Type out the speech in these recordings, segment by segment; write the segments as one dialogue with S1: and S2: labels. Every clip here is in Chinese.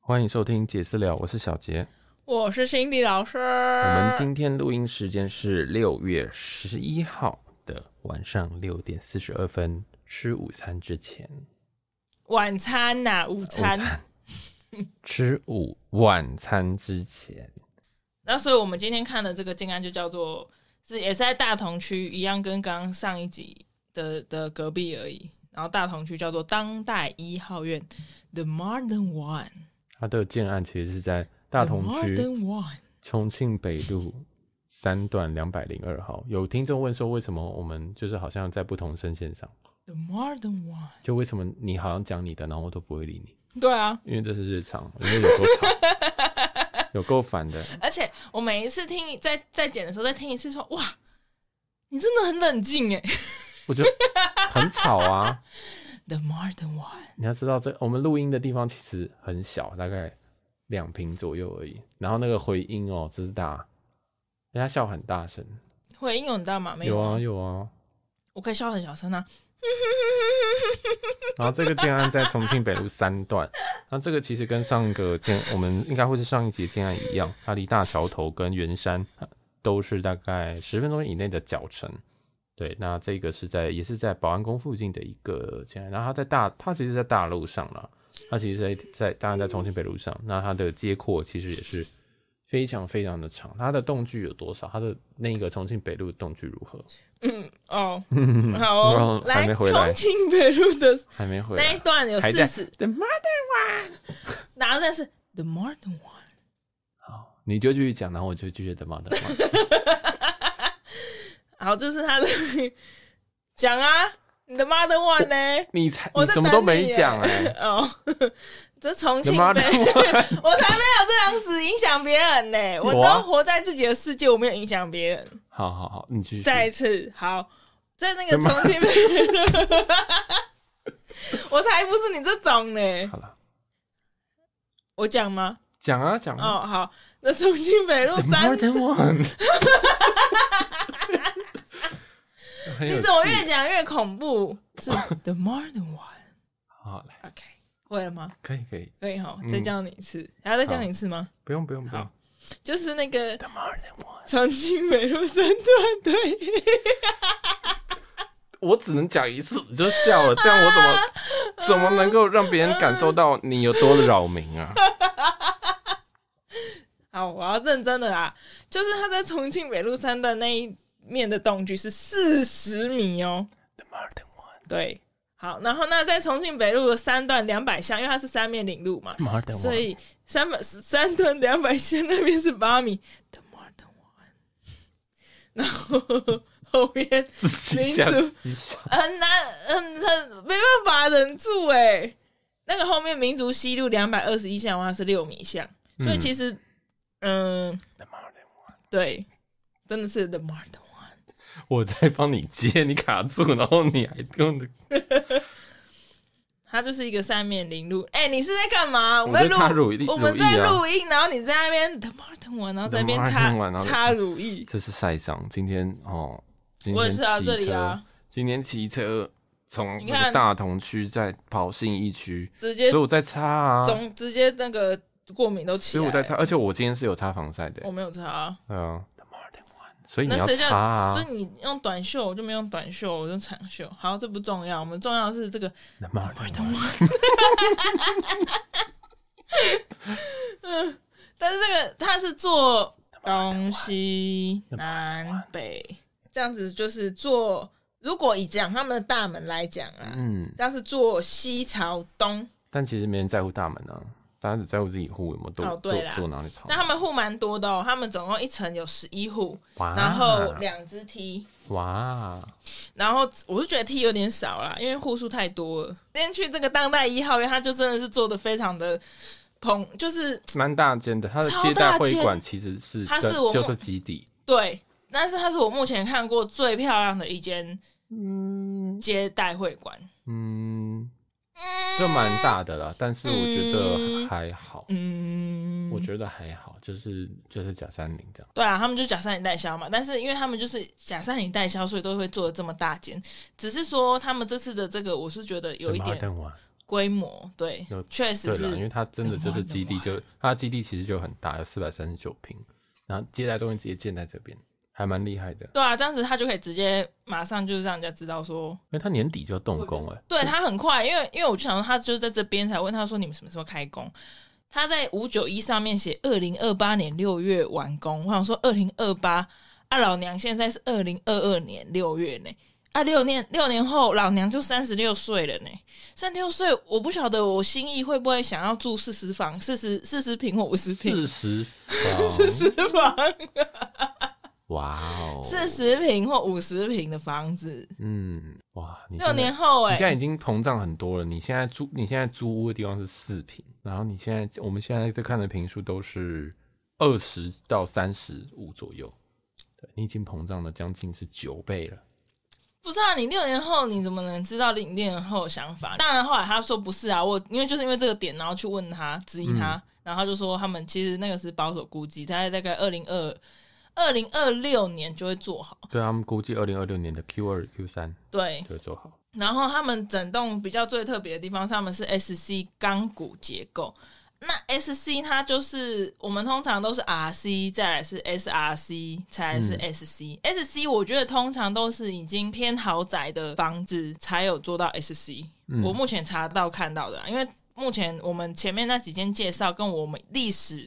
S1: 欢迎收听杰私聊，我是小杰。
S2: 我是辛迪老师。
S1: 我
S2: 我
S1: 们今天录音时间是六月十一号的晚上六点四十二分，吃午餐之前，
S2: 晚餐呐、午餐。
S1: 吃午晚餐之前，
S2: 那所以我们今天看的这个静安就叫做是也是在大同区，一样跟刚刚上一集的的隔壁而已。然后大同区叫做当代一号院，The Modern One。
S1: 它的建案其实是在大同
S2: The
S1: 区
S2: Modern One。
S1: 重庆北路三段两百零二号。有听众问说，为什么我们就是好像在不同声线上？
S2: The Modern One。
S1: 就为什么你好像讲你的，然后我都不会理你？
S2: 对啊，
S1: 因为这是日常，因为有够吵，有够烦的。
S2: 而且我每一次听在在剪的时候再听一次说，哇，你真的很冷静哎。
S1: 我觉得很吵啊。
S2: The Modern One。
S1: 你要知道这，我们录音的地方其实很小，大概两平左右而已。然后那个回音哦，之大，人家哎笑很大声。
S2: 回应有你知道吗？没
S1: 有啊有啊。
S2: 我可以笑很小声啊。
S1: 然后这个建案在重庆北路三段， 那这个其实跟上个建，我们应该会是上一集建案一样，它离大桥头跟圆山呃都是大概十分钟以内的脚程。对，那这个是在也是在保安宫附近的一个建案，然后它在大，它其实在大路上了，它其实在在当然在重庆北路上，那它的街廓其实也是非常非常的长，它的动距有多少？它的那个重庆北路的动距如何？
S2: 嗯哦，
S1: 嗯
S2: 好
S1: 然
S2: 哦
S1: 后，还没回来
S2: 重庆北路的
S1: 还没回
S2: 那一
S1: 来，
S2: 段有
S1: 还
S2: 四
S1: 在
S2: 十，
S1: The mother，
S2: 然后但是 the more the one，
S1: 好，你就继续讲，然后我就继续 The mother。
S2: 然后就是他的讲啊，你的 mother one 呢？
S1: 你才
S2: 我
S1: 你
S2: 在
S1: 什么都
S2: 等你
S1: 没
S2: 耶
S1: 讲哎、
S2: 哦，这重
S1: 他
S2: 庆
S1: 妈的
S2: 北，， 我才没有这样子影响别人呢，我
S1: 有啊
S2: 都活在自己的世界，我没有影响别人。
S1: 好好好，你继续。
S2: 再一次，好，在那个
S1: 干嘛
S2: 重庆北， 我才不是你这种呢，
S1: 好了，
S2: 我讲吗？
S1: 讲啊讲啊。
S2: 哦，好，那重庆北路
S1: The
S2: 三
S1: more than one 很有
S2: 你怎么
S1: 趣
S2: 越讲越恐怖？是 the more than one。
S1: 好来，
S2: OK，会了吗？
S1: 可以可以，
S2: 可以哈
S1: 嗯，
S2: 再教你一次，还要再教你一次吗？
S1: 不用不用不用
S2: 好。就是那个
S1: The more than one，
S2: 重庆北路三段对，
S1: 我只能讲一次你就笑了，这样我怎 么怎么能够让别人感受到你有多扰民 啊？
S2: 好，我要认真的啦。就是他在重庆北路三段那一面的动距是四十米哦，
S1: The more than one，The
S2: 对。好，然后那在重庆北路的三段两百巷，因为它是三面领路嘛，
S1: more than
S2: 所以三百三吨两百线那边是八米，the more than one，然后后面
S1: 自己
S2: 民
S1: 讲
S2: 族
S1: 自己笑。
S2: 很难很很没办法忍住哎、那个后面民族西路两百二十一巷的话是六米巷，所以
S1: 嗯
S2: 其实嗯
S1: The more than one，
S2: 对，真的是 the more than one。
S1: 我在帮你接，你卡住，然后你还跟我
S2: 它就是一个三面零路，哎、你是在干嘛？我
S1: 我
S2: 们
S1: 在插
S2: 录，
S1: 乳液
S2: 我们
S1: 乳液
S2: 在
S1: 啊
S2: 录音，然后你在那边 the more than one，然后
S1: The
S2: 在那边
S1: more than
S2: 插
S1: one，然后在
S2: 插乳液。
S1: 这是晒伤。今天哦，今
S2: 我
S1: 天
S2: 也
S1: 骑
S2: 是
S1: 车，
S2: 啊，这里啊，
S1: 今天骑车从
S2: 你
S1: 这
S2: 看
S1: 个大同区再跑信义区，
S2: 直接
S1: 所以我在擦啊，
S2: 总直接那个过敏都起
S1: 所以
S2: 来
S1: 我
S2: 了。
S1: 在擦，而且我今天是有擦防晒的
S2: 我，没有擦啊，
S1: 对啊，The more than one，所以你
S2: 那
S1: 要
S2: 谁叫、
S1: 擦啊
S2: 所以你用短袖，我就没用短袖，我用长袖。好，这不重要，我们重要的是这个。
S1: ，The more than one，
S2: 但是这个它是做东西南北这样子，就是做。如果以讲他们的大门来讲啊，
S1: 嗯，
S2: 但是做西朝东，
S1: 但其实没人在乎大门啊，大家只在乎自己户有没有
S2: 哦
S1: 多坐
S2: 对啦
S1: 坐哪里吵
S2: 那，他们户蛮多的哦，他们总共一层有十一户，
S1: 哇
S2: 然后两只梯。
S1: 哇，
S2: 然后我是觉得 T 有点少啦，因为户数太多了。今天去这个当代一号院，他就真的是做的非常的捧，就是
S1: 蛮大间的，它的
S2: 超
S1: 接待
S2: 大
S1: 会
S2: 间
S1: 馆其实是
S2: 它
S1: 这
S2: 是我
S1: 就是
S2: 目
S1: 基地，
S2: 对。但是它是我目前看过最漂亮的一间
S1: 嗯
S2: 接待会馆，
S1: 嗯。就蛮大的啦，但是我觉得
S2: 嗯
S1: 还好，
S2: 嗯，
S1: 我觉得还好，就是就是假山林这样。
S2: 对啊，他们就假山林代销嘛，但是因为他们就是假山林代销，所以都会做的这么大间。只是说他们这次的这个，我是觉得有一点
S1: 邓华，
S2: 规模，对
S1: 有，
S2: 确实
S1: 对啦，因
S2: 是
S1: 为它真的就是基地
S2: 哇
S1: 就，它的基地其实就很大，有四百三十九平，然后接待中心直接建在这边，还蛮厉害的。
S2: 对啊，这样子他就可以直接马上就是让人家知道说，
S1: 因为它年底就要动工了，
S2: 对他很快，因为因为我就想说他就是在这边才问他说你们什么时候开工。他在五九一上面写二零二八年六月完工，我想说二零二八啊，老娘现在是二零二二年六月呢，啊六年六年后老娘就三十六岁了呢，三十六岁我不晓得我心意会不会想要住四十房、四十四十平或五十平、
S1: 四十 房，
S2: 四十房、
S1: 哇哦，
S2: 四，十平或五十平的房子，
S1: 嗯，哇，你
S2: 六
S1: 现在
S2: 年后
S1: 你
S2: 哎、
S1: 现在已经膨胀很多了。你现在租，你现在租屋的地方是四平，然后你现在我们现在在看的平数都是二十到三十五左右，对你已经膨胀了将近是九倍了。
S2: 不是啊，你六年后你怎么能知道你六年后的想法？当然后来他说不是啊，我因为就是因为这个点，然后去问他质疑他，然后他就说他们其实那个是保守估计，他大概二零二二零二六年就会做好。
S1: 对啊他们估计二零二六年的 Q 二、Q 三
S2: 对，
S1: 就会做好。
S2: 然后他们整栋比较最特别的地方，他们是 SC 钢骨结构。那 SC 它就是我们通常都是 RC，再来是 SRC，才是 SC。SC 我觉得通常都是已经偏豪宅的房子才有做到 SC。我目前查到看到的啊、因为目前我们前面那几间介绍跟我们历史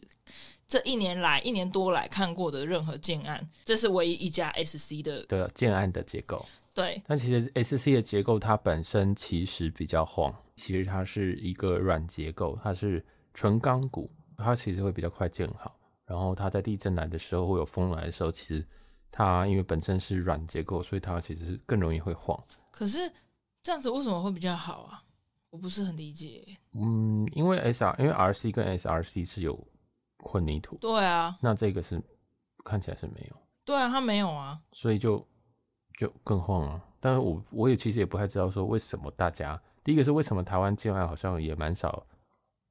S2: 这一年来一年多来看过的任何建案，这是唯一一家 SC 的。
S1: 对，建案的结构。
S2: 对，
S1: 但其实 SC 的结构它本身其实比较晃，其实它是一个软结构，它是纯钢骨，它其实会比较快建好。然后它在地震来的时候，会有风来的时候，其实它因为本身是软结构，所以它其实是更容易会晃。
S2: 可是这样子为什么会比较好啊？我不是很理解。
S1: 嗯，因为 SR 因为 RC 跟 SRC 是有混凝土，
S2: 对啊，
S1: 那这个是看起来是没有，
S2: 对啊，他没有啊。
S1: 所以就就更晃了、但是我我也其实也不太知道说为什么大家，第一个是为什么台湾建案好像也蛮少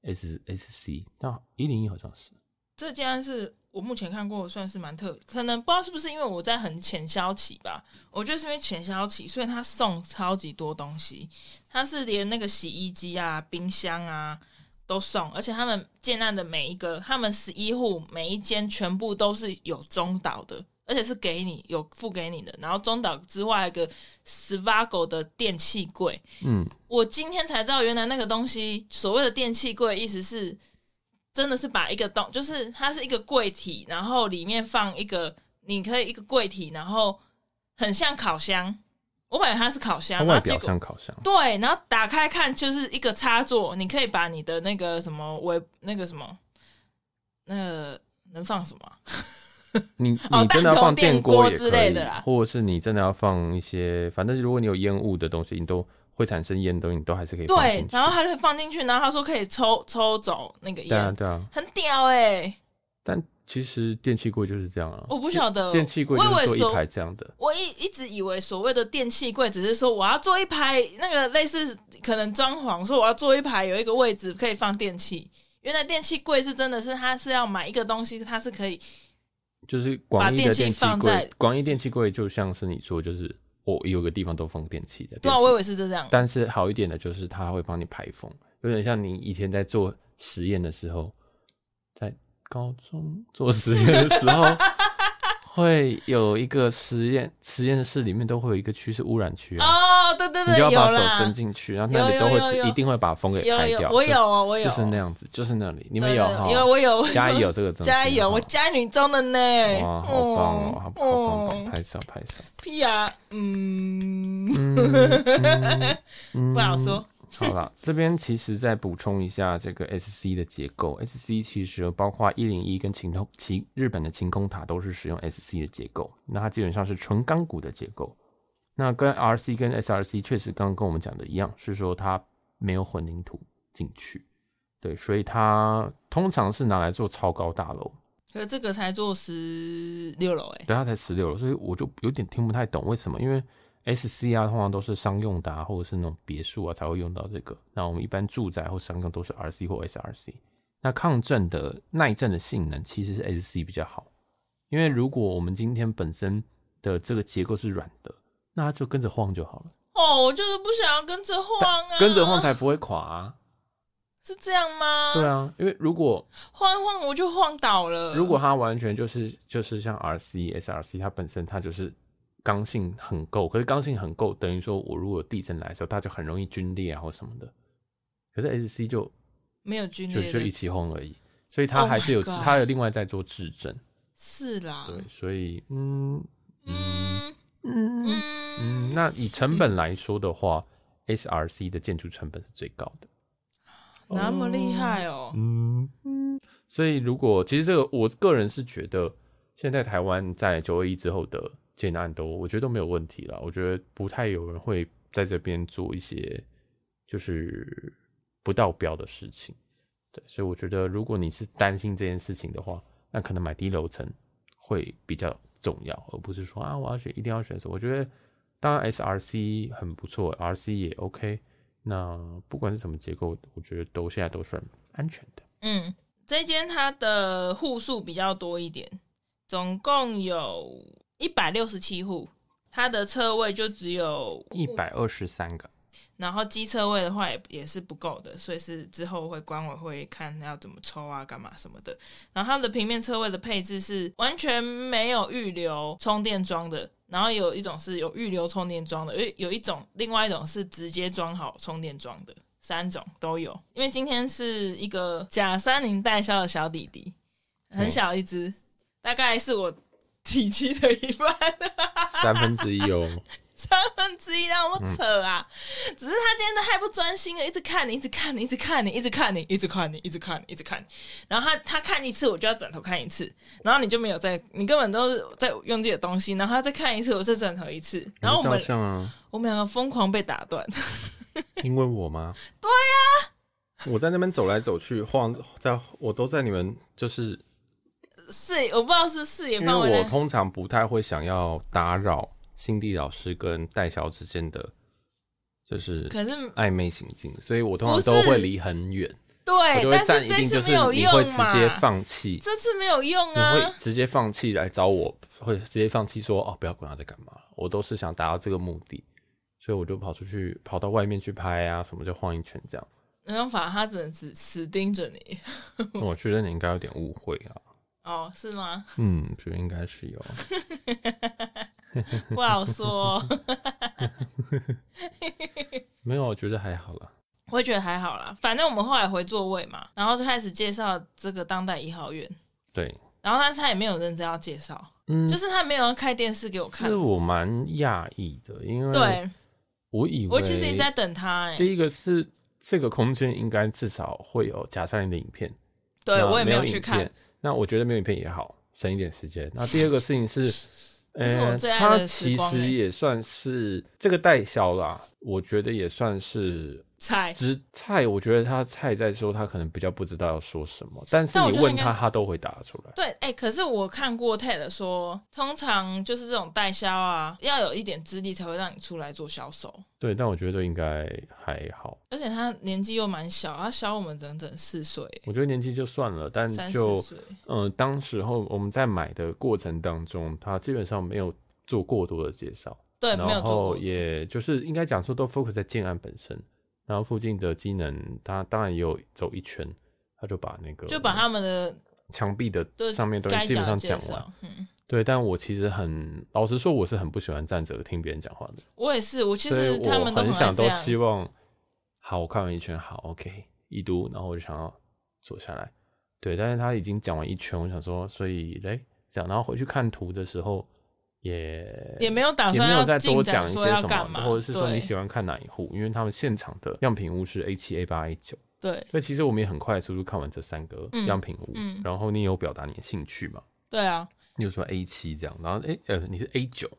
S1: S S C，但一零一好像是，
S2: 这竟然是我目前看过算是蛮特，可能不知道是不是因为我在很浅销期吧。我觉得是因为浅销期，所以他送超级多东西，他是连那个洗衣机啊、冰箱啊都送，而且他们建案的每一个，他们十一户每一间全部都是有中岛的。而且是给你有付给你的，然后中岛之外还有一个 Svago 的电器柜，
S1: 嗯，
S2: 我今天才知道，原来那个东西所谓的电器柜，意思是真的是把一个东，就是它是一个柜体，然后里面放一个，你可以一个柜体，然后很像烤箱。我本来它是烤箱，
S1: 它
S2: 然后
S1: 外
S2: 啊结
S1: 表
S2: 果
S1: 像烤箱，
S2: 对，然后打开看就是一个插座，你可以把你的那个什么微那个什么那个能放什么啊、
S1: 你
S2: 哦
S1: 你真的要放电锅也
S2: 蛋筒电锅之
S1: 可
S2: 类
S1: 以
S2: 的啦，
S1: 或者是你真的要放一些，反正如果你有烟雾的东西，你都会产生烟的东西，你都还是可以放
S2: 对
S1: 进，去
S2: 然。后它可以放进去，然后他说可以抽抽走那个
S1: 对啊
S2: 烟，
S1: 对啊，
S2: 很屌哎、
S1: 但其实电器柜就是这样啊，
S2: 我不晓得
S1: 电器柜
S2: 我以为
S1: 就是做
S2: 所
S1: 一排这样的，
S2: 我一一直以为所谓的电器柜，只是说我要做一排那个类似可能装潢，说我要做一排有一个位置可以放电器。原来电器柜是真的是它是要买一个东西，它是可以
S1: 就是广义
S2: 把电
S1: 的
S2: 器
S1: 电器
S2: 放在
S1: 柜，广义电器柜就像是你说，就是我有个地方都放电器的。
S2: 对啊，
S1: 电器
S2: 我以为是这样。
S1: 但是好一点的就是它会帮你排风，有点像你以前在做实验的时候，在高中做实验的时 候，会有一个实验实验室里面都会有一个区是污染区啊，
S2: 哦，对对
S1: 你
S2: 对，
S1: 就要
S2: 有
S1: 把手
S2: 啦
S1: 伸，进去，然后
S2: 有
S1: 那里都
S2: 有
S1: 会
S2: 有
S1: 一定会把风给
S2: 有
S1: 排
S2: 有
S1: 掉。，
S2: 我
S1: 就
S2: 有哦，我有，
S1: 就是那样子，就是那里，你
S2: 你
S1: 们有哈？
S2: 有我有，我
S1: 嘉义有这个东西，
S2: 加油，
S1: 哈
S2: 我加女中的呢，
S1: 哇，好棒哦，好好棒好棒，
S2: 哦
S1: 拍手拍手，
S2: 屁啊，嗯，
S1: 嗯
S2: 不好说。
S1: 好了，这边其实再补充一下这个 SC 的结构，SC 其实包括一零一跟晴空晴日本的晴空塔都是使用 SC 的结构，那它基本上是纯钢骨的结构。那跟 RC 跟 SRC 确实刚刚跟我们讲的一样，是说它没有混凝土进去，对，所以它通常是拿来做超高大楼，
S2: 可这个才做十六楼哎，
S1: 对，它才十六了，所以我就有点听不太懂为什么，因为 S C 啊，通常都是商用的、啊，或者是那种别墅啊才会用到这个。那我们一般住宅或商用都是 R C 或 S R C。那抗震的耐震的性能其实是 S C 比较好，因为如果我们今天本身的这个结构是软的，那它就跟着晃就好了。
S2: 哦，我就是不想要跟着晃啊，
S1: 跟着晃才不会垮啊。
S2: 是这样吗？
S1: 对，啊，因为如果
S2: 晃一晃我就晃倒了。
S1: 如果它完全就是就是像 R C S R C，它本身它就是刚性很够，可是刚性很够，等于说我如果有地震来的时候，它就很容易皲裂啊或什么的。可是 S C 就
S2: 没有皲
S1: 就
S2: 裂
S1: 就一
S2: 的，
S1: 起轰而已，所以它
S2: Oh
S1: 还是有
S2: my god
S1: 它有另外在做质证。
S2: 是啦。
S1: 对，所以嗯嗯
S2: 嗯
S1: 嗯
S2: 嗯，
S1: 嗯，那以成本来说的话，S R C 的建筑成本是最高的。
S2: 那么厉害哦。
S1: 嗯，所以如果其实这个，我个人是觉得，现在台湾在九二一之后的建案都，我觉得都没有问题了。我觉得不太有人会在这边做一些就是不到标的事情。对，所以我觉得，如果你是担心这件事情的话，那可能买低楼层会比较重要，而不是说啊，我要选一定要选什么。我觉得当然 SRC 很不错，RC 也 OK。那不管是什么结构，我觉得都现在都算安全的。
S2: 嗯，这间它的户数比较多一点，总共有一百六十七户，它的车位就只有
S1: 一百二十三个，
S2: 然后机车位的话也也是不够的，所以是之后会管委会看要怎么抽啊、干嘛什么的。然后它的平面车位的配置是完全没有预留充电桩的，然后有一种是有预留充电桩的，有有一种另外一种是直接装好充电桩的，三种都有。因为今天是一个假三零代销的小弟弟，很小一只，大概是我体积的一半。
S1: 三分之一哦。
S2: 三分之一，让我扯啊！只是他今天都太不专心了，一直看你，一直看你，一直看你，一直看你，一直看你，一直看你，一直看你。然后他他看一次，我就要转头看一次，然后你就没有在，你根本都是在用自己的东西，然后他再看一次，我再转头一次， 然后我们
S1: 像啊，
S2: 我们两个疯狂被打断。
S1: 因为我 吗？
S2: 啊
S1: 对呀、我在那边走来走去晃，在我都在你们就是，
S2: 视野，我不知道是视野
S1: 因
S2: 范围
S1: 为我
S2: 内，
S1: 通常不太会想要打扰辛迪老师跟戴小之间的就是
S2: 可是
S1: 暧昧行径，所以我通常
S2: 不是
S1: 都会离很远，我就
S2: 对，
S1: 会
S2: 但
S1: 站
S2: 是
S1: 一
S2: 这
S1: 定，
S2: 次
S1: 就
S2: 没
S1: 是
S2: 有
S1: 你会
S2: 用
S1: 直
S2: 嘛？
S1: 接放弃，
S2: 这次没有用
S1: 你会
S2: 啊！
S1: 直接放弃来找我，会直接放弃说哦，不要管他在干嘛，我都是想达到这个目的，所以我就跑出去，跑到外面去拍啊，什么就晃一圈这样。
S2: 没办法，他只能只死盯着你。
S1: 那我觉得你应该有点误会啊，
S2: 哦，是吗？
S1: 嗯，觉得应该是有。
S2: 不好说、
S1: 没有，我觉得还好啦。
S2: 我也觉得还好啦，反正我们后来回座位嘛，然后就开始介绍这个当代一号院，
S1: 对，
S2: 然后但是他也没有认真要介绍，
S1: 嗯，
S2: 就是他没有要开电视给我看
S1: 是。我蛮讶异的，因为
S2: 对，
S1: 我以为
S2: 我其实一直在等他、哎，
S1: 第一个是这个空间应该至少会有假山林的影片，
S2: 对
S1: 那
S2: 我也
S1: 啊没
S2: 没
S1: 影
S2: 去
S1: 片
S2: 看。。
S1: 那我觉得没有影片也好，省一点时间。那第二个事情 是，呃
S2: 是我最爱
S1: 它
S2: 的时
S1: 其
S2: 光
S1: 实
S2: 欸
S1: 也算是这个代销啦，我觉得也算是
S2: 菜，
S1: 知菜。我觉得他菜在说他可能比较不知道要说什么，但是
S2: 但我
S1: 你
S2: 觉得
S1: 问
S2: 应该
S1: 他，
S2: 是
S1: 他都会答得出来。
S2: 对，哎、可是我看过 TED 说，通常就是这种代销啊，要有一点资历才会让你出来做销售，
S1: 对，但我觉得应该还好。
S2: 而且他年纪又蛮小，他小我们整整四岁，
S1: 我觉得年纪就算了，但
S2: 三四
S1: 就
S2: 岁。
S1: 嗯，当时候我们在买的过程当中，他基本上没有做过多的介绍。
S2: 对，没有
S1: 然
S2: 做
S1: 后
S2: 过。
S1: 也就是应该讲说都 focus 在建案本身，然后附近的机能，它当然也有走一圈，他就把那个
S2: 就把他们的
S1: 墙壁的
S2: 都
S1: 上面东
S2: 该
S1: 西基本
S2: 讲的
S1: 上
S2: 介
S1: 讲
S2: 绍
S1: 完。，
S2: 嗯，
S1: 对，但我其实很老实说，我是很不喜欢站着听别人讲话的，
S2: 我也是，我其
S1: 所以
S2: 实他
S1: 我
S2: 们都
S1: 很
S2: 爱
S1: 想
S2: 这
S1: 都
S2: 样。
S1: 希望，好，我看完一圈，好，OK，一读，然后我就想要坐下来。对，但是他已经讲完一圈，我想说，所以嘞，这样，然后回去看图的时候也
S2: 也没有打
S1: 也没
S2: 算
S1: 有
S2: 啊要
S1: 再多
S2: 进
S1: 讲
S2: 展
S1: 一
S2: 说
S1: 些
S2: 要
S1: 什
S2: 干嘛，
S1: 么，或者是说你
S2: 对
S1: 喜欢看哪一户，因为他们现场的样品屋是 A 七、A 八、A 九，
S2: 对
S1: 所以其实我们也很快速度看完这三个
S2: 嗯
S1: 样品屋，
S2: 嗯
S1: 然后你也有表达你的兴趣嘛，
S2: 对啊，
S1: 你有说 A 七这样，然后诶呃你是 A 九，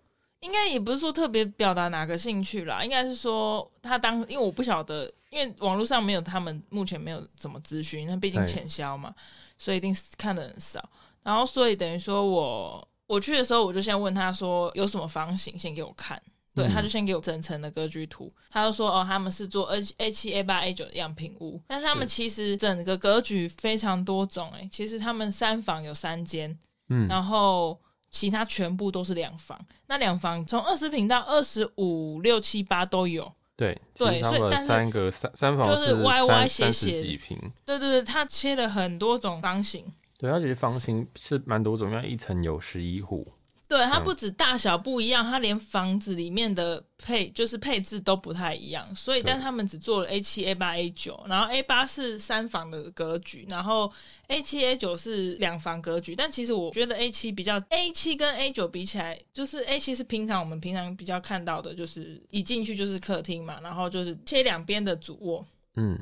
S2: 应该也不是说特别表达哪个兴趣啦，应该是说他当，因为我不晓得，因为网络上没有他们目前没有怎么资讯，那毕竟
S1: 对
S2: 浅销嘛，所以一定是看的很少。然后所以等于说我我去的时候，我就先问他说有什么房型，先给我看。对，
S1: 嗯
S2: 他就先给我整层的格局图，他就说哦，他们是做 A A 七、A 八、A 九的样品屋，但是他们
S1: 是
S2: 其实整个格局非常多种、欸，其实他们三房有三间，
S1: 嗯，
S2: 然后其他全部都是两房。那两房从二十平到二十五、六七八都有。
S1: 对其
S2: 对
S1: 实他
S2: 所以
S1: 们
S2: 但是
S1: 三个三三房
S2: 就是
S1: 是
S2: 歪歪
S1: 三
S2: 斜
S1: 三
S2: 斜
S1: 十
S2: 的
S1: 几平，
S2: 对对对，它切了很多种房型。
S1: 对，它其实房型是蛮多种，因为一层有十一户，
S2: 对，它
S1: 嗯
S2: 不止大小不一样，它连房子里面的配就是配置都不太一样，所以
S1: 对
S2: 但他们只做了 A 七、A 八、A 九，然后 A 八是三房的格局，然后 A 七、A 九是两房格局。但其实我觉得 A 七比较 A 七跟 A 九比起来，就是 A 七是平常我们平常比较看到的，就是一进去就是客厅嘛，然后就是切两边的主卧，
S1: 嗯，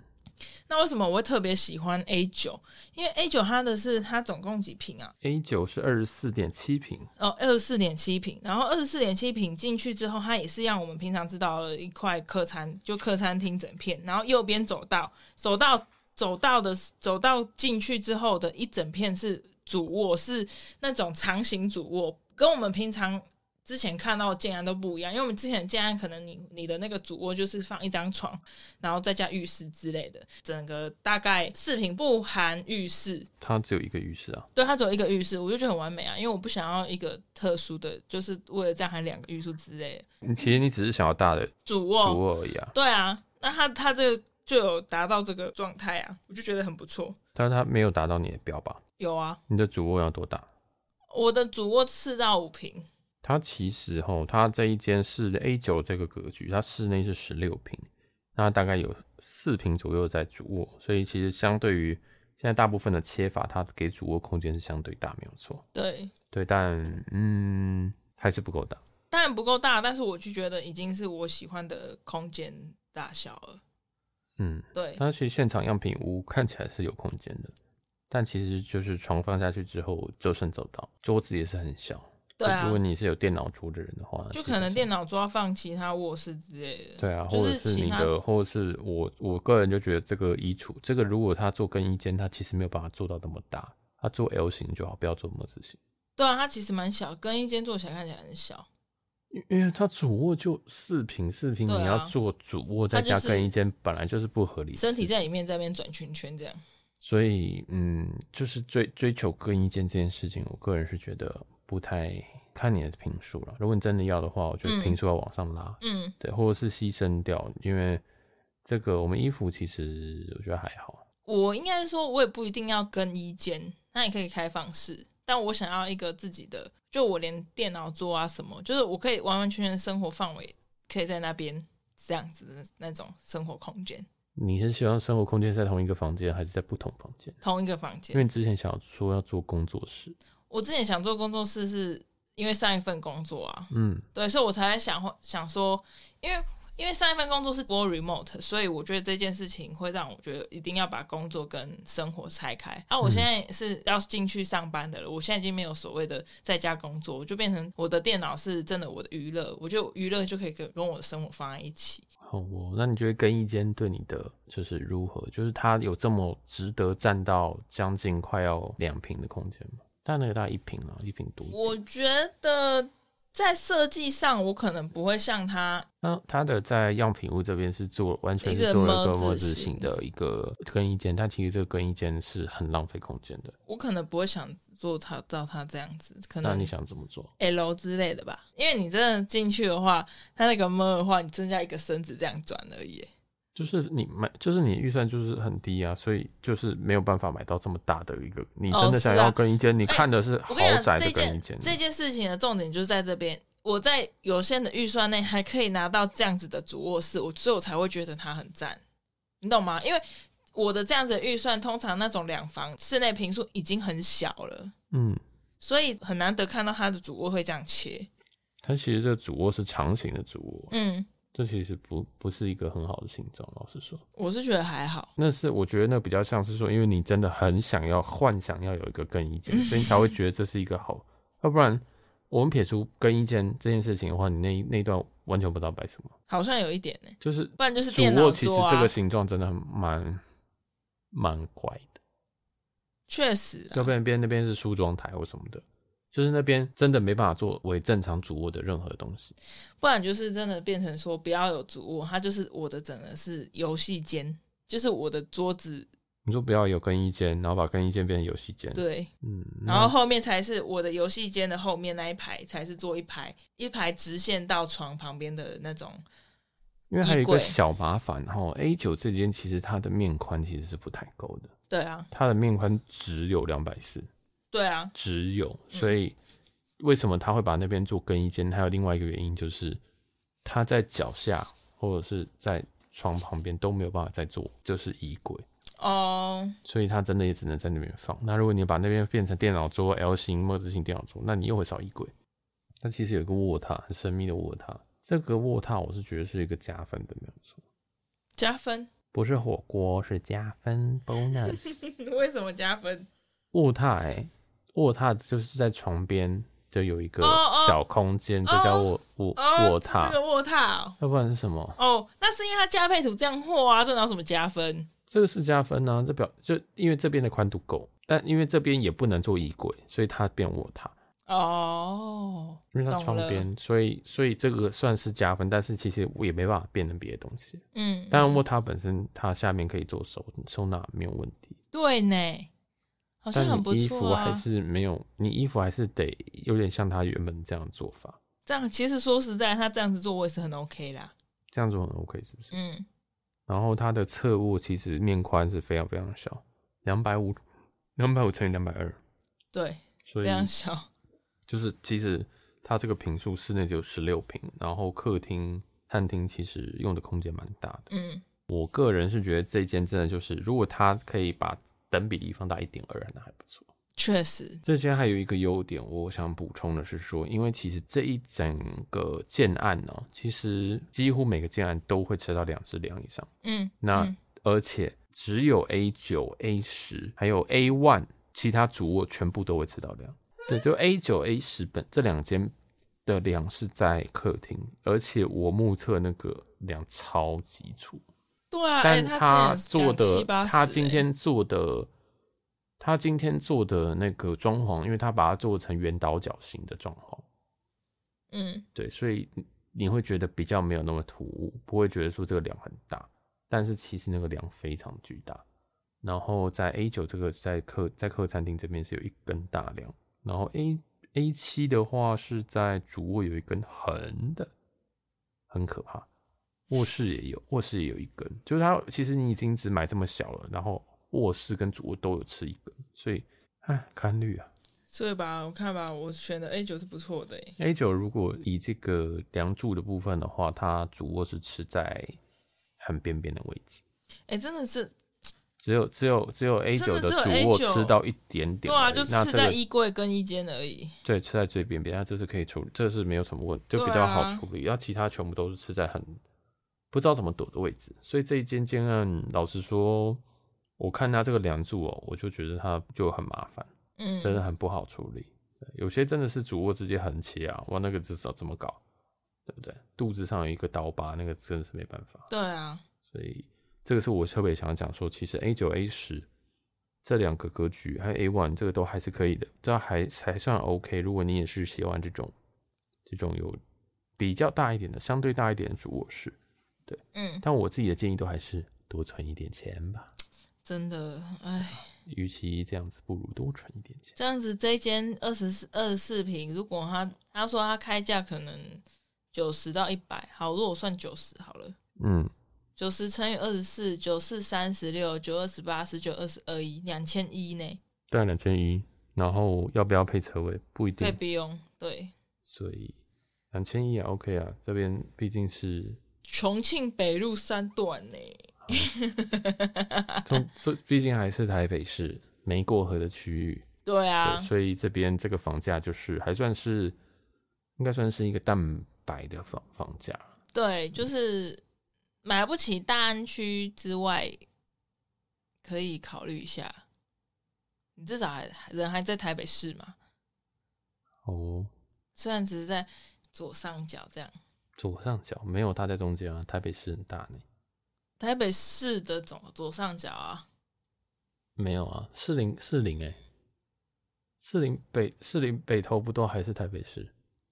S2: 那为什么我会特别喜欢 A 九？因为 A 九它的是它总共几平啊？
S1: A 九是二十四点七平，
S2: 哦，二十四点七平。然后二十四点七平进去之后，它也是让我们平常知道的一块客餐，就客餐厅整片。然后右边走道，走道走道的走道进去之后的一整片是主卧，是那种长形主卧，跟我们平常。之前看到的建安都不一样，因为我们之前的建安可能你你的那个主卧就是放一张床，然后再加浴室之类的，整个大概视频不含浴室，
S1: 它只有一个浴室啊，
S2: 对，它只有一个浴室，我就觉得很完美啊，因为我不想要一个特殊的，就是为了这样还两个浴室之类的
S1: 你其实你只是想要大的
S2: 主
S1: 主
S2: 卧，
S1: 卧而已啊，
S2: 对啊，那它它这个就有达到这个状态啊，我就觉得很不错。
S1: 但是它没有达到你的标吧？
S2: 有啊，
S1: 你的主卧要多大？
S2: 我的主卧四到五平，
S1: 它其实吼，它这一间是 A 九这个格局，它室内是十六平，那大概有四平左右在主卧，所以其实相对于现在大部分的切法，它给主卧空间是相对大，没有错。
S2: 对，
S1: 对，但嗯还是不够大。
S2: 当然不够大，但是我就觉得已经是我喜欢的空间大小了。
S1: 嗯，
S2: 对，
S1: 它其实现场样品屋看起来是有空间的，但其实就是床放下去之后就剩走道，桌子也是很小。
S2: 对啊
S1: 如果你是有电脑桌的人的话，
S2: 就
S1: 基
S2: 可
S1: 本
S2: 能
S1: 上
S2: 电脑桌要放其他卧室之类的。
S1: 对啊，
S2: 就
S1: 或者
S2: 是
S1: 是
S2: 其
S1: 你
S2: 他
S1: 的，或者是我我个人就觉得这个衣橱，这个如果他做更衣间，他其实没有办法做到那么大，他做 L 型就好，不要做么字型，
S2: 对啊，它其实蛮小，更衣间做起来看起来很小。
S1: 因因为他主卧就四平四平，
S2: 对啊
S1: 你要做主卧再
S2: 它就
S1: 加
S2: 是
S1: 更衣间，本来就是不合理的
S2: 身体
S1: 事情
S2: 在里面在那边转圈圈这样。
S1: 所以，嗯，就是追追求更衣间这件事情，我个人是觉得不太看你的评数了。如果你真的要的话，我觉得评数要往上拉，
S2: 嗯，
S1: 对，或者是牺牲掉，因为这个我们衣服其实我觉得还好，
S2: 我应该是说，我也不一定要更衣间，那也可以开放式，但我想要一个自己的，就我连电脑桌啊什么，就是我可以完完全全生活范围可以在那边这样子的那种生活空间，
S1: 你是希望生活空间是在同一个房间，还是在不同房间？
S2: 同一个房
S1: 因为
S2: 间。
S1: 你之前想说要做工作室，
S2: 我之前想做工作室，是因为上一份工作啊，
S1: 嗯，
S2: 对，所以我才在想想说，因为因为上一份工作是播 remote，所以我觉得这件事情会让我觉得一定要把工作跟生活拆开。啊，我
S1: 嗯
S2: 现在是要进去上班的了，我现在已经没有所谓的在家工作，我就变成我的电脑是真的我的娱乐，我就娱乐就可以跟跟我的生活放在一起。
S1: 好哦，那你觉得更衣间对你的就是如何？就是它有这么值得占到将近快要两平的空间吗？但那个大概一平啊，一平多一点。
S2: 我觉得在设计上，我可能不会像他
S1: 那它的在样品屋这边是做完全
S2: 一
S1: 是
S2: 个
S1: 做了一个
S2: 模
S1: 模
S2: 字
S1: 字
S2: 形
S1: 形的一个更衣间，但其实这个更衣间是很浪费空间的。
S2: 我可能不会想做他照他这样子，可
S1: 那
S2: 能
S1: 你想怎么做？
S2: L 之类的吧，因为你真的进去的话，它那个么的话，你增加一个身子这样转而已。
S1: 就是你买，就是你预算就是很低啊，所以就是没有办法买到这么大的一个。你
S2: 哦
S1: 真的想
S2: 是啊
S1: 要更衣间，你
S2: 哎
S1: 看的是豪
S2: 我跟你
S1: 宅
S2: 讲，
S1: 的
S2: 这
S1: 更衣间，
S2: 件这件事情的重点就在这边，我在有限的预算内还可以拿到这样子的主卧室，我所以我才会觉得它很赞，你懂吗？因为我的这样子的预算，通常那种两房室内平数已经很小了，
S1: 嗯，
S2: 所以很难得看到它的主卧会这样切。
S1: 它其实这个主卧是长形的主卧，
S2: 嗯，
S1: 这其实不不是一个很好的形状，老实说。
S2: 我是觉得还好。
S1: 那是我觉得那比较像是说，因为你真的很想要幻想要有一个更衣间，所以你才 会觉得这是一个好。要不然，我们撇除更衣间这件事情的话，你那一那一段完全不知道摆什么。
S2: 好像有一点呢、
S1: 就是
S2: 不然就是
S1: 主
S2: 电脑
S1: 卧，其实
S2: 桌
S1: 这
S2: 啊
S1: 个，形状真的很蛮蛮怪的。
S2: 确实、啊
S1: 要，不然边那边是梳妆台或什么的，就是那边真的没办法作为正常主卧的任何东西。
S2: 不然就是真的变成说不要有主卧，它就是我的整个是游戏间，就是我的桌子
S1: 你说不要有更衣间，然后把更衣间变成游戏间。
S2: 对，
S1: 嗯，
S2: 然后后面才是我的游戏间的后面那一排才是做一排一排直线到床旁边的那种，
S1: 因为还有一
S2: 衣
S1: 个
S2: 柜
S1: 小麻烦哈，A 九这间其实它的面宽其实是不太够的，
S2: 对啊，
S1: 它的面宽只有两百四，
S2: 对啊，
S1: 只有，
S2: 嗯
S1: 所以为什么他会把那边做更衣间？还有另外一个原因就是他在脚下或者是在床旁边都没有办法再做，就是衣柜，
S2: 哦、
S1: 所以他真的也只能在那边放。那如果你把那边变成电脑桌 L 型墨字型电脑桌，那你又会少衣柜。那其实有一个卧榻，很神秘的卧榻，这个卧榻我是觉得是一个加分的，没有错。
S2: 加分，
S1: 不是火锅，是加分 bonus。
S2: 为什么加分？
S1: 卧榻、欸，卧榻就是在床边就有一个
S2: 哦哦
S1: 小空间，这叫卧卧
S2: 哦，
S1: 卧
S2: 是这
S1: 榻，
S2: 个卧榻哦
S1: 要不然是什么？
S2: 哦，那是因为它加配图这样货啊，这哪有什么加分？
S1: 这个是加分呢、这表就因为这边的宽度够，但因为这边也不能做衣柜，所以它变卧榻，
S2: 哦，
S1: 因为它
S2: 懂
S1: 床
S2: 了
S1: 边，所以所以这个算是加分，但是其实我也没办法变成别的东西。
S2: 嗯，
S1: 当然卧榻本身它下面可以做收收纳没有问题，
S2: 对呢，好像
S1: 但
S2: 很不
S1: 你衣服
S2: 错
S1: 还
S2: 啊。
S1: 是没有，你衣服还是得有点像它原本这样做法，
S2: 这样其实说实在，他这样子做我也是很 OK 啦。
S1: 这样做很 OK 是不是？
S2: 嗯，
S1: 然后它的侧卧其实面宽是非常非常小，两百五，两百五乘以两百二，
S2: 对，
S1: 所
S2: 非
S1: 以
S2: 常小。
S1: 就是其实它这个平数室内只有十六平，然后客厅、餐厅其实用的空间蛮大的。
S2: 嗯，
S1: 我个人是觉得这间真的就是，如果它可以把等比例放大一点二，那还不错。
S2: 确实，
S1: 这间还有一个优点，我想补充的是说，因为其实这一整个建案呢、其实几乎每个建案都会吃到两只粮以上。
S2: 嗯，
S1: 那
S2: 嗯
S1: 而且只有 A 九、A 十还有 A one，其他主卧全部都会吃到粮。
S2: 嗯
S1: 对，就 A 九、A 十本这两间的粮是在客厅，而且我目测那个粮超级粗，
S2: 对啊，哎
S1: 但
S2: 他之前
S1: 做
S2: 讲
S1: 的
S2: 七八
S1: 他
S2: 十
S1: 今
S2: 哎
S1: 天做的。他今天做的那个装潢，因为他把它做成圆倒角形的装潢，
S2: 嗯
S1: 对，所以你你会觉得比较没有那么突兀，不会觉得说这个量很大，但是其实那个量非常巨大。然后在 A 九这个在客在客餐厅这边是有一根大梁，然后 A A 七的话是在主卧有一根横的，很可怕。卧室也有，卧室也有一根，就是它其实你已经只买这么小了，然后卧室跟主卧都有吃一根，所以哎，堪虑啊。
S2: 所以吧，我看吧，我选的 A 九是不错的、欸，
S1: A 九如果以这个梁柱的部分的话，它主卧是吃在很边边的位置，
S2: 哎、真的是，
S1: 只有只有只有 A 九的
S2: 真的只
S1: 主
S2: 有
S1: 卧
S2: A9
S1: 吃到一点
S2: 对
S1: 点而
S2: 啊，
S1: 已，
S2: 就
S1: 那
S2: 是
S1: 这
S2: 在
S1: 个
S2: 衣柜跟衣间而已，
S1: 对吃在最边边，那这是可以处理，这是没有什么问，就比
S2: 对
S1: 较
S2: 啊
S1: 好处理。然后其他全部都是吃在很不知道怎么躲的位置，所以这一间建案，老实说，我看它这个梁柱哦，我就觉得它就很麻烦，
S2: 嗯，
S1: 真的很不好处理。对有些真的是主卧直接横切啊，哇，那个至少怎么搞，对不对？肚子上有一个刀疤，那个真的是没办法。
S2: 对啊，
S1: 所以这个是我特别想讲说，其实 A 九、A 十这两个格局，还有 A one 这个都还是可以的，这还还算 OK。如果你也是喜欢这种这种有比较大一点的、相对大一点的主卧室，
S2: 嗯，
S1: 但我自己的建议都还是多存一点钱吧。
S2: 真的，哎，
S1: 与其这样子，不如多存一点钱。
S2: 这样子这一间二十四二十四平，如果他他说他开价可能九十到一百，好，如果我算九十好了，
S1: 嗯，
S2: 九十乘以二十四，九四三十六，九二十八，十九二十二一，两千一呢，
S1: 对啊，两千一。然后要不要配车位不一
S2: 可以
S1: 定，
S2: 不用，对，
S1: 所以两千一也 OK 啊。这边毕竟是
S2: 重庆北路三段呢， 啊
S1: 从这，毕竟还是台北市没过河的区域，
S2: 对啊
S1: 对，，所以这边这个房价就是还算是应该算是一个蛋白的房房价。
S2: 对，就是买不起大安区之外，可以考虑一下。你至少还人还在台北市嘛，
S1: 哦，
S2: 虽然只是在左上角这样。
S1: 左上角没有它在中间啊，台北市很大呢。
S2: 台北市的左左上角啊，
S1: 没有啊，士林士林哎、士林北士林北头不都还是台北市？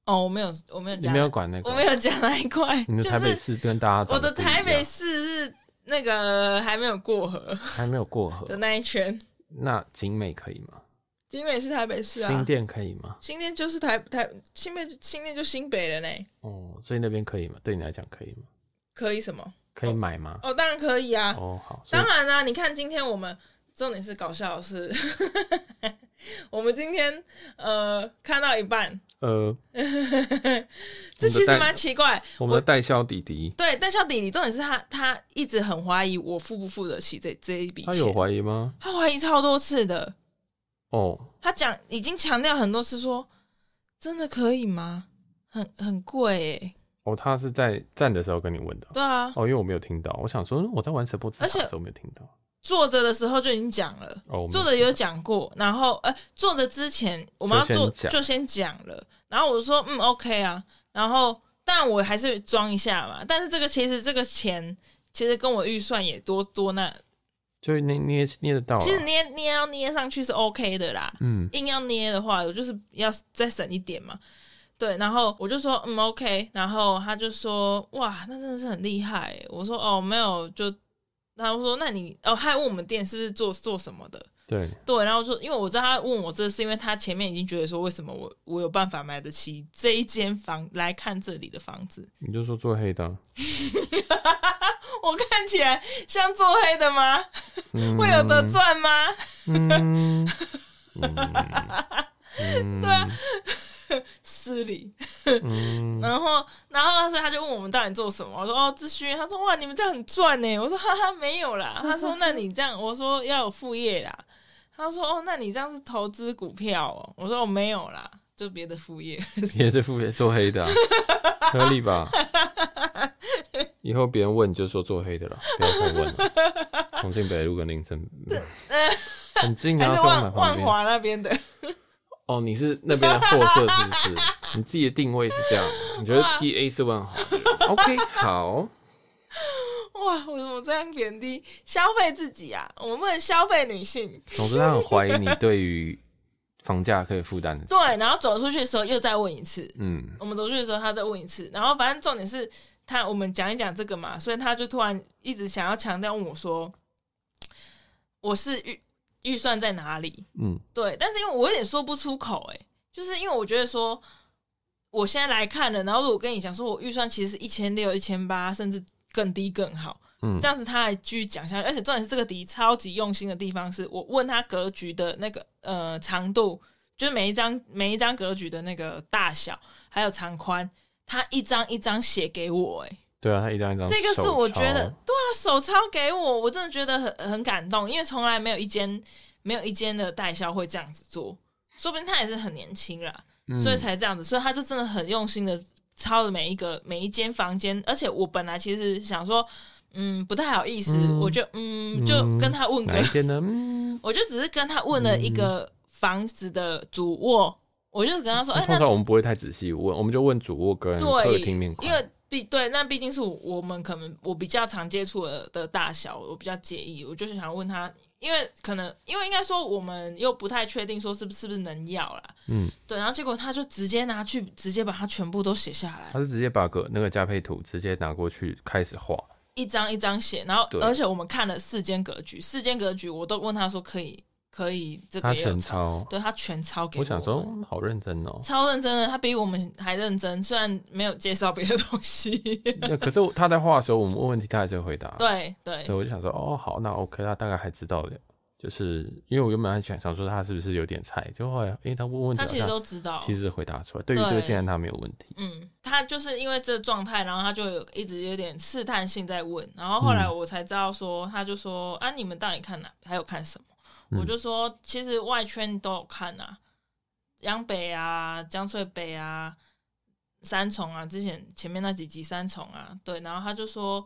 S2: 哦，我没有，我没有
S1: 你
S2: 讲，
S1: 没有管那个
S2: 我
S1: 啊，
S2: 没有讲那一块，
S1: 你的
S2: 就
S1: 台北
S2: 是
S1: 市跟大家长
S2: 我
S1: 得
S2: 的
S1: 不一
S2: 台北
S1: 样
S2: 市是那个还没有过河
S1: 还没有过河
S2: 的。那一圈，
S1: 那景美可以吗？
S2: 新北是台北市
S1: 新
S2: 啊，
S1: 店可以吗？
S2: 新店就是台台新北新店就新北了呢，
S1: 哦，所以那边可以吗？对你来讲可以吗？
S2: 可以什么？
S1: 可以买吗？
S2: 哦，当然可以啊，
S1: 哦，好，所以
S2: 当然啦、你看今天我们重点是搞笑的是， 我们今天呃看到一半，
S1: 呃，
S2: 这其实
S1: 代
S2: 蛮奇怪，
S1: 我们的代销弟弟，
S2: 对，但小弟弟重点是他他一直很怀疑我付不付得起这这一笔
S1: 他
S2: 钱，
S1: 有怀疑吗？
S2: 他怀疑超多次的，
S1: 哦，
S2: 他讲已经强调很多次说，真的可以吗？很很贵诶、
S1: 哦，他是在站的时候跟你问的。
S2: 对啊，
S1: 哦，因为我没有听到，我想说我在玩直播自
S2: 而
S1: 卡
S2: 且
S1: 的时候没有听到。
S2: 坐着的时候就已经讲了。
S1: 哦，我们
S2: 坐着有讲过，然后呃，坐着之前我们要
S1: 就先
S2: 做
S1: 讲
S2: 就先讲了，然后我就说嗯 OK 啊，然后但我还是装一下嘛，但是这个其实这个钱其实跟我预算也多多那，
S1: 就捏捏捏得到啦。
S2: 其实捏捏要捏上去是 OK 的啦，
S1: 嗯，
S2: 硬要捏的话，我就是要再省一点嘛。对，然后我就说嗯 OK，然后他就说哇，那真的是很厉害耶。我说哦没有，就他说那你哦，他还问我们店是不是做做什么的，
S1: 对，
S2: 对，然后说因为我知道他问我这是因为他前面已经觉得说为什么我我有办法买得起这一间房来看这里的房子，
S1: 你就说做黑的啊，
S2: 我看起来像做黑的吗？
S1: 嗯
S2: 会有得赚吗？
S1: 嗯，嗯， 对啊，
S2: 失礼。
S1: 嗯，
S2: 然后，然后，所以他就问我们到底做什么。我说哦，咨询。他说哇，你们这样很赚呢。我说哈哈，没有 啦。他说那你这样，我说要有副业啦。他说哦，那你这样是投资股票哦。我说哦，没有啦，就别的副业。
S1: 也是副业做黑的啊，合理吧？以后别人问你就说做黑的了，不要再问了。重庆北路跟林森，嗯很近
S2: 还
S1: 啊，
S2: 是
S1: 所以我买
S2: 万
S1: 旁
S2: 万
S1: 边。
S2: 华那边的，
S1: 哦，你是那边的货色是不是？你自己的定位是这样，你觉得
S2: 哇
S1: T A 是万豪？OK，好，
S2: 哇！我怎么这样贬低消费自己啊？我们不能消费女性。
S1: 总之他很怀疑你对于房价可以负担的。
S2: 对，然后走出去的时候又再问一次，
S1: 嗯，
S2: 我们走出去的时候，他再问一次，然后反正重点是他，我们讲一讲这个嘛，所以他就突然一直想要强调问我说，我是预预算在哪里？
S1: 嗯，
S2: 对，但是因为我有点说不出口、欸，就是因为我觉得说我现在来看了，然后如果跟你讲说我预算其实一千六、一千八，甚至更低更好，
S1: 嗯
S2: 这样子他还继续讲下去，而且重点是这个迪超级用心的地方是，我问他格局的那个呃长度，就是每一张每一张格局的那个大小还有长宽，他一张一张写给我、欸，
S1: 对啊，他一张一张手
S2: 这
S1: 抄，
S2: 个是我觉得，对啊，手抄给我，我真的觉得很很感动，因为从来没有一间没有一间的代销会这样子做，说不定他也是很年轻啦，
S1: 嗯
S2: 所以才这样子，所以他就真的很用心的抄了每一个每一间房间，而且我本来其实想说，嗯，不太好意思，
S1: 嗯
S2: 我就嗯
S1: 嗯嗯
S2: 就跟他问个
S1: 哪一间呢？嗯，
S2: 我就只是跟他问了一个房子的主卧，我就只跟他说，哎、
S1: 通
S2: 那
S1: 常我们不会太仔细问，我们就问主卧跟客
S2: 对，
S1: 厅面宽
S2: 因。为毕对，那毕竟是我们可能我比较常接触的的大小，我比较介意，我就是想问他，因为可能因为应该说我们又不太确定说是不是不是能要啦，
S1: 嗯，
S2: 对，然后结果他就直接拿去，直接把它全部都写下来
S1: 他，是直接把个那个加配图直接拿过去开始画，
S2: 一张一张写，然后
S1: 对
S2: 而且我们看了四间格局，四间格局我都问他说可以可以这
S1: 他
S2: 个也有
S1: 全，抄。
S2: 对他全抄给
S1: 我想说，
S2: 们
S1: 嗯好认真哦。
S2: 超认真的，他比我们还认真，虽然没有介绍别的东西。
S1: 那可是他在画的时候，我们问问题，他还是会回答。
S2: 对对
S1: 所以我就想说，哦，好，那 OK，他大概还知道的，就是因为我原本还想想说他是不是有点菜，就后来，因为他问问题
S2: 他
S1: 好像，
S2: 其实都知道，
S1: 其实回答出来，对于这个
S2: 对
S1: 竟然他没有问题，
S2: 嗯，他就是因为这状态，然后他就有一直有点试探性在问，然后后来
S1: 嗯
S2: 我才知道说，他就说啊，你们到底看哪，还有看什么？
S1: 嗯
S2: 我就说其实外圈都有看啊，江北啊、江翠北啊、三重啊，之前前面那几集三重啊，对，然后他就说。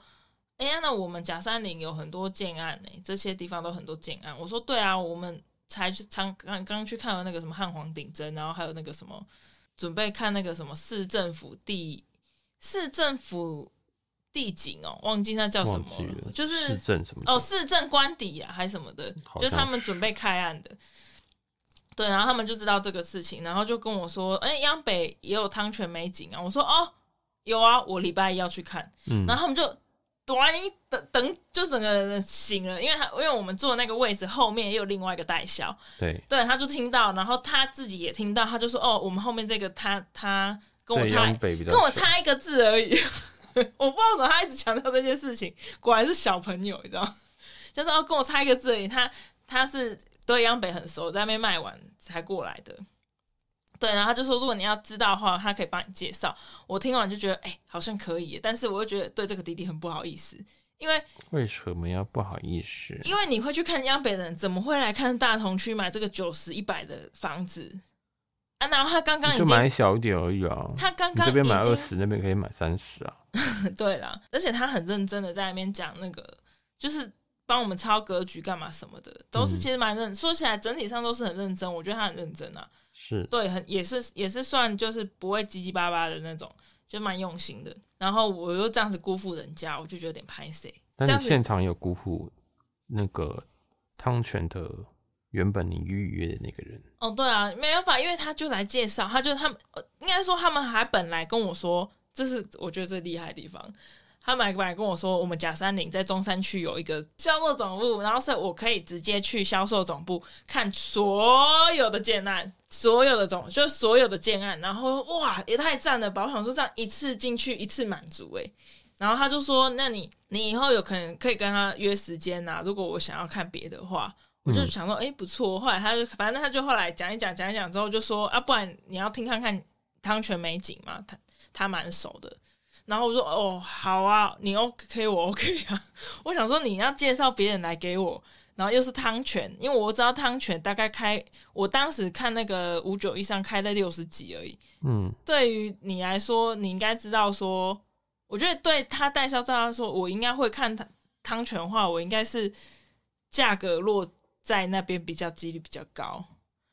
S2: 哎呀，那我们假山林有很多建案呢、这些地方都很多建案。我说对啊，我们才去刚刚刚去看了那个什么汉皇顶针，然后还有那个什么准备看那个什么市政府地市政府地景哦，忘记那叫什
S1: 忘
S2: 么
S1: 记了，
S2: 就
S1: 市
S2: 是
S1: 政什么的
S2: 哦市政官邸啊，还什么的，
S1: 好
S2: 就是
S1: 像
S2: 他们准备开案的。对，然后他们就知道这个事情，然后就跟我说：“哎、央北也有汤泉美景啊。”我说：“哦，有啊，我礼拜一要去看。
S1: 嗯
S2: 然后他们就短一等等，就整个人醒了，因为他因为我们坐的那个位置后面也有另外一个代销，
S1: 对，
S2: 对，他就听到，然后他自己也听到，他就说：“哦，我们后面这个他他跟我
S1: 对
S2: 差
S1: 央北比较
S2: 跟我
S1: 熟
S2: 差一个字而已。” 我不知道怎么他一直强调这件事情，果然是小朋友，你知道吗，就是要跟我差一个字而已。他他是对央北很熟，在那边卖完才过来的。对，然后他就说，如果你要知道的话，他可以帮你介绍。我听完就觉得，哎、好像可以耶，但是我又觉得对这个弟弟很不好意思，因为
S1: 为什么要不好意思？
S2: 因为你会去看央北人，怎么会来看大同区买这个九十一百的房子啊？然后他刚刚
S1: 你
S2: 已
S1: 就买
S2: 经，
S1: 小一点而已啊。
S2: 他刚
S1: 你
S2: 刚
S1: 这
S2: 已经
S1: 边买二十，那边可以买三十啊。
S2: 对啦，而且他很认真的在那边讲那个，就是帮我们抄格局干嘛什么的，都是
S1: 嗯
S2: 其实蛮认，说起来整体上都是很认真，我觉得他很认真啊，
S1: 是，
S2: 对，很也是也是算就是不会唧唧巴巴的那种，就蛮用心的。然后我又这样子辜负人家，我就觉得有点拍谁。
S1: 但
S2: 这
S1: 你
S2: 样子
S1: 现场有辜负那个汤泉的原本你预约的那个人，
S2: 哦，对啊，没办法，因为他就来介绍，他就他们呃应该说他们还本来跟我说，这是我觉得最厉害的地方。他们还本来跟我说，我们假山岭在中山区有一个销售总部，然后是我可以直接去销售总部看所有的建案，所有的总就是所有的建案，然后哇也太赞了吧！我想说这样一次进去一次满足诶、然后他就说，那你你以后有可能可以跟他约时间呐、如果我想要看别的话，我就
S1: 嗯
S2: 想说，哎、不错。后来他就，反正他就后来讲一讲，讲一讲之后就说，啊，不然你要听看看汤泉美景嘛，他他蛮熟的。然后我说，哦，好啊，你 OK，我 OK 啊。我想说你要介绍别人来给我，然后又是汤泉，因为我知道汤泉大概开，我当时看那个五九一上开在六十几而已。
S1: 嗯，
S2: 对于你来说，你应该知道说，我觉得对他代销照他说，我应该会看他汤泉的话，我应该是价格落在那边比较几率比较高，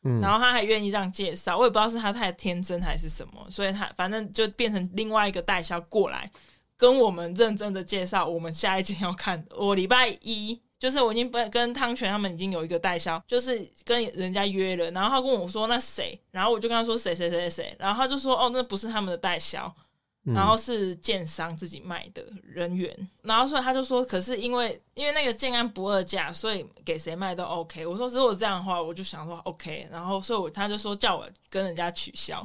S1: 嗯
S2: 然后他还愿意让介绍，我也不知道是他太天真还是什么，所以他反正就变成另外一个代销过来跟我们认真的介绍我们下一间要看。 我礼拜一就是我已经跟跟汤泉他们已经有一个代销，就是跟人家约了，然后他跟我说那谁，然后我就跟他说谁谁谁谁谁，然后他就说哦那不是他们的代销，
S1: 嗯
S2: 然后是建商自己卖的人员，然后所以他就说，可是因为因为那个建安不二价，所以给谁卖都 OK。我说如果这样的话，我就想说 OK，然后所以我他就说叫我跟人家取消，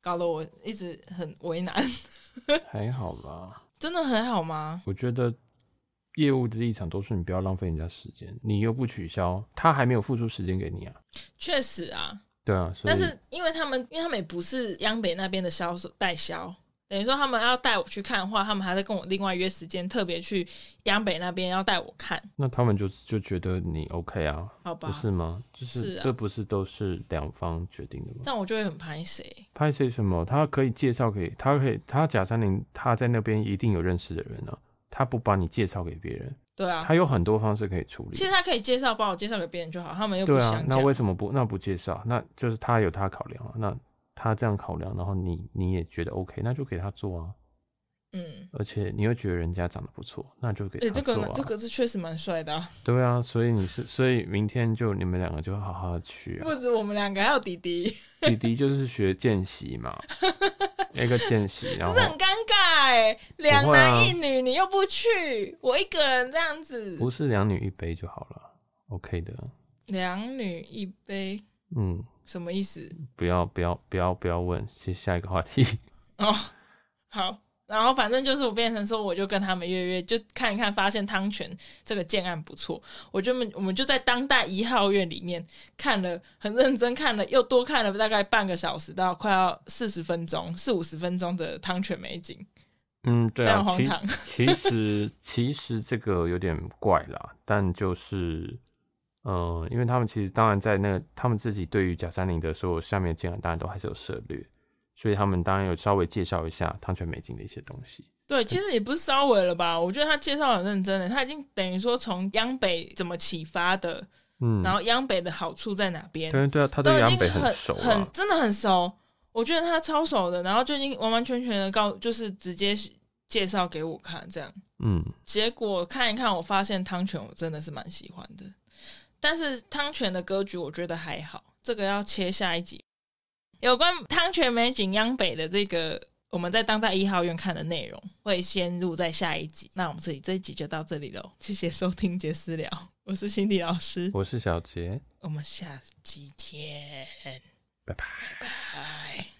S2: 搞得我一直很为难，
S1: 还好吧。
S2: 真的很好吗？
S1: 我觉得业务的立场都是你不要浪费人家时间，你又不取消，他还没有付出时间给你啊。
S2: 确实啊，
S1: 对啊，所以
S2: 但是因为他们因为他们也不是央北那边的销售代销。等于说他们要带我去看的话，他们还在跟我另外约时间，特别去央北那边要带我看，
S1: 那他们就就觉得你 OK 啊，
S2: 好
S1: 不
S2: 吧？
S1: 是吗？就是
S2: 是啊
S1: 这不是都是两方决定的吗
S2: 这？样我就会很拍谁
S1: 拍谁什么？他可以介绍给他可以，他贾三林他在那边一定有认识的人啊，他不把你介绍给别人，
S2: 对啊，
S1: 他有很多方式可以处理
S2: 其。实他可以介绍，帮我介绍给别人就好，他们又不
S1: 对啊
S2: 想，
S1: 那
S2: 讲。
S1: 为什么不那不介绍？那就是他有他考量啊，那他这样考量，然后你你也觉得 OK，那就给他做啊。
S2: 嗯，
S1: 而且你又觉得人家长得不错，那就给
S2: 对，
S1: 他
S2: 这
S1: 做
S2: 个
S1: 啊。
S2: 呢这个是确实蛮帅的啊、
S1: 对啊，所以你是，所以明天就你们两个就好好 去、啊
S2: 不。止我们两个，还有弟弟，
S1: 弟弟就是学见习 嘛，一个见习，然
S2: 这
S1: 后
S2: 是很尴尬哎、两
S1: 不会啊
S2: 男一女，你又不去，我一个人这样子，
S1: 不啊是两女一杯就好了，OK 的。
S2: 两女一杯
S1: 嗯，
S2: 什么意思？
S1: 不要不要不要不要问，接下一个话题。
S2: 哦，好，然后反正就是我变成说，我就跟他们约约，就看一看，发现汤泉这个建案不错，我就们我们就在当代一号院里面看了，很认真看了，又多看了大概半个小时到快要四十分钟、四五十分钟的汤泉美景，
S1: 嗯，对
S2: 非常
S1: 啊，
S2: 荒
S1: 其
S2: 唐
S1: 其实其实这个有点怪啦，但就是，嗯、因为他们其实当然在那个他们自己对于假山林的所有下面的建案，当然都还是有涉略，所以他们当然有稍微介绍一下汤泉美景的一些东西。
S2: 对，其实也不是稍微了吧？我觉得他介绍很认真的，他已经等于说从央北怎么启发的，
S1: 嗯，
S2: 然后央北的好处在哪边，
S1: 对对啊，他
S2: 都
S1: 对
S2: 已
S1: 央
S2: 经
S1: 北
S2: 很
S1: 熟啊
S2: 很，真的很熟，我觉得他超熟的，然后就已经完完全全的告，就是直接介绍给我看这样。
S1: 嗯，
S2: 结果看一看，我发现汤泉我真的是蛮喜欢的，但是汤泉的歌曲我觉得还好，这个要切下一集。有关汤泉美景央北的这个，我们在当代一号院看的内容，会先录在下一集。那我们这里这一集就到这里喽，谢谢收听杰私聊，我是辛迪老师，
S1: 我是小杰，
S2: 我们下集见，
S1: 拜拜。
S2: 拜。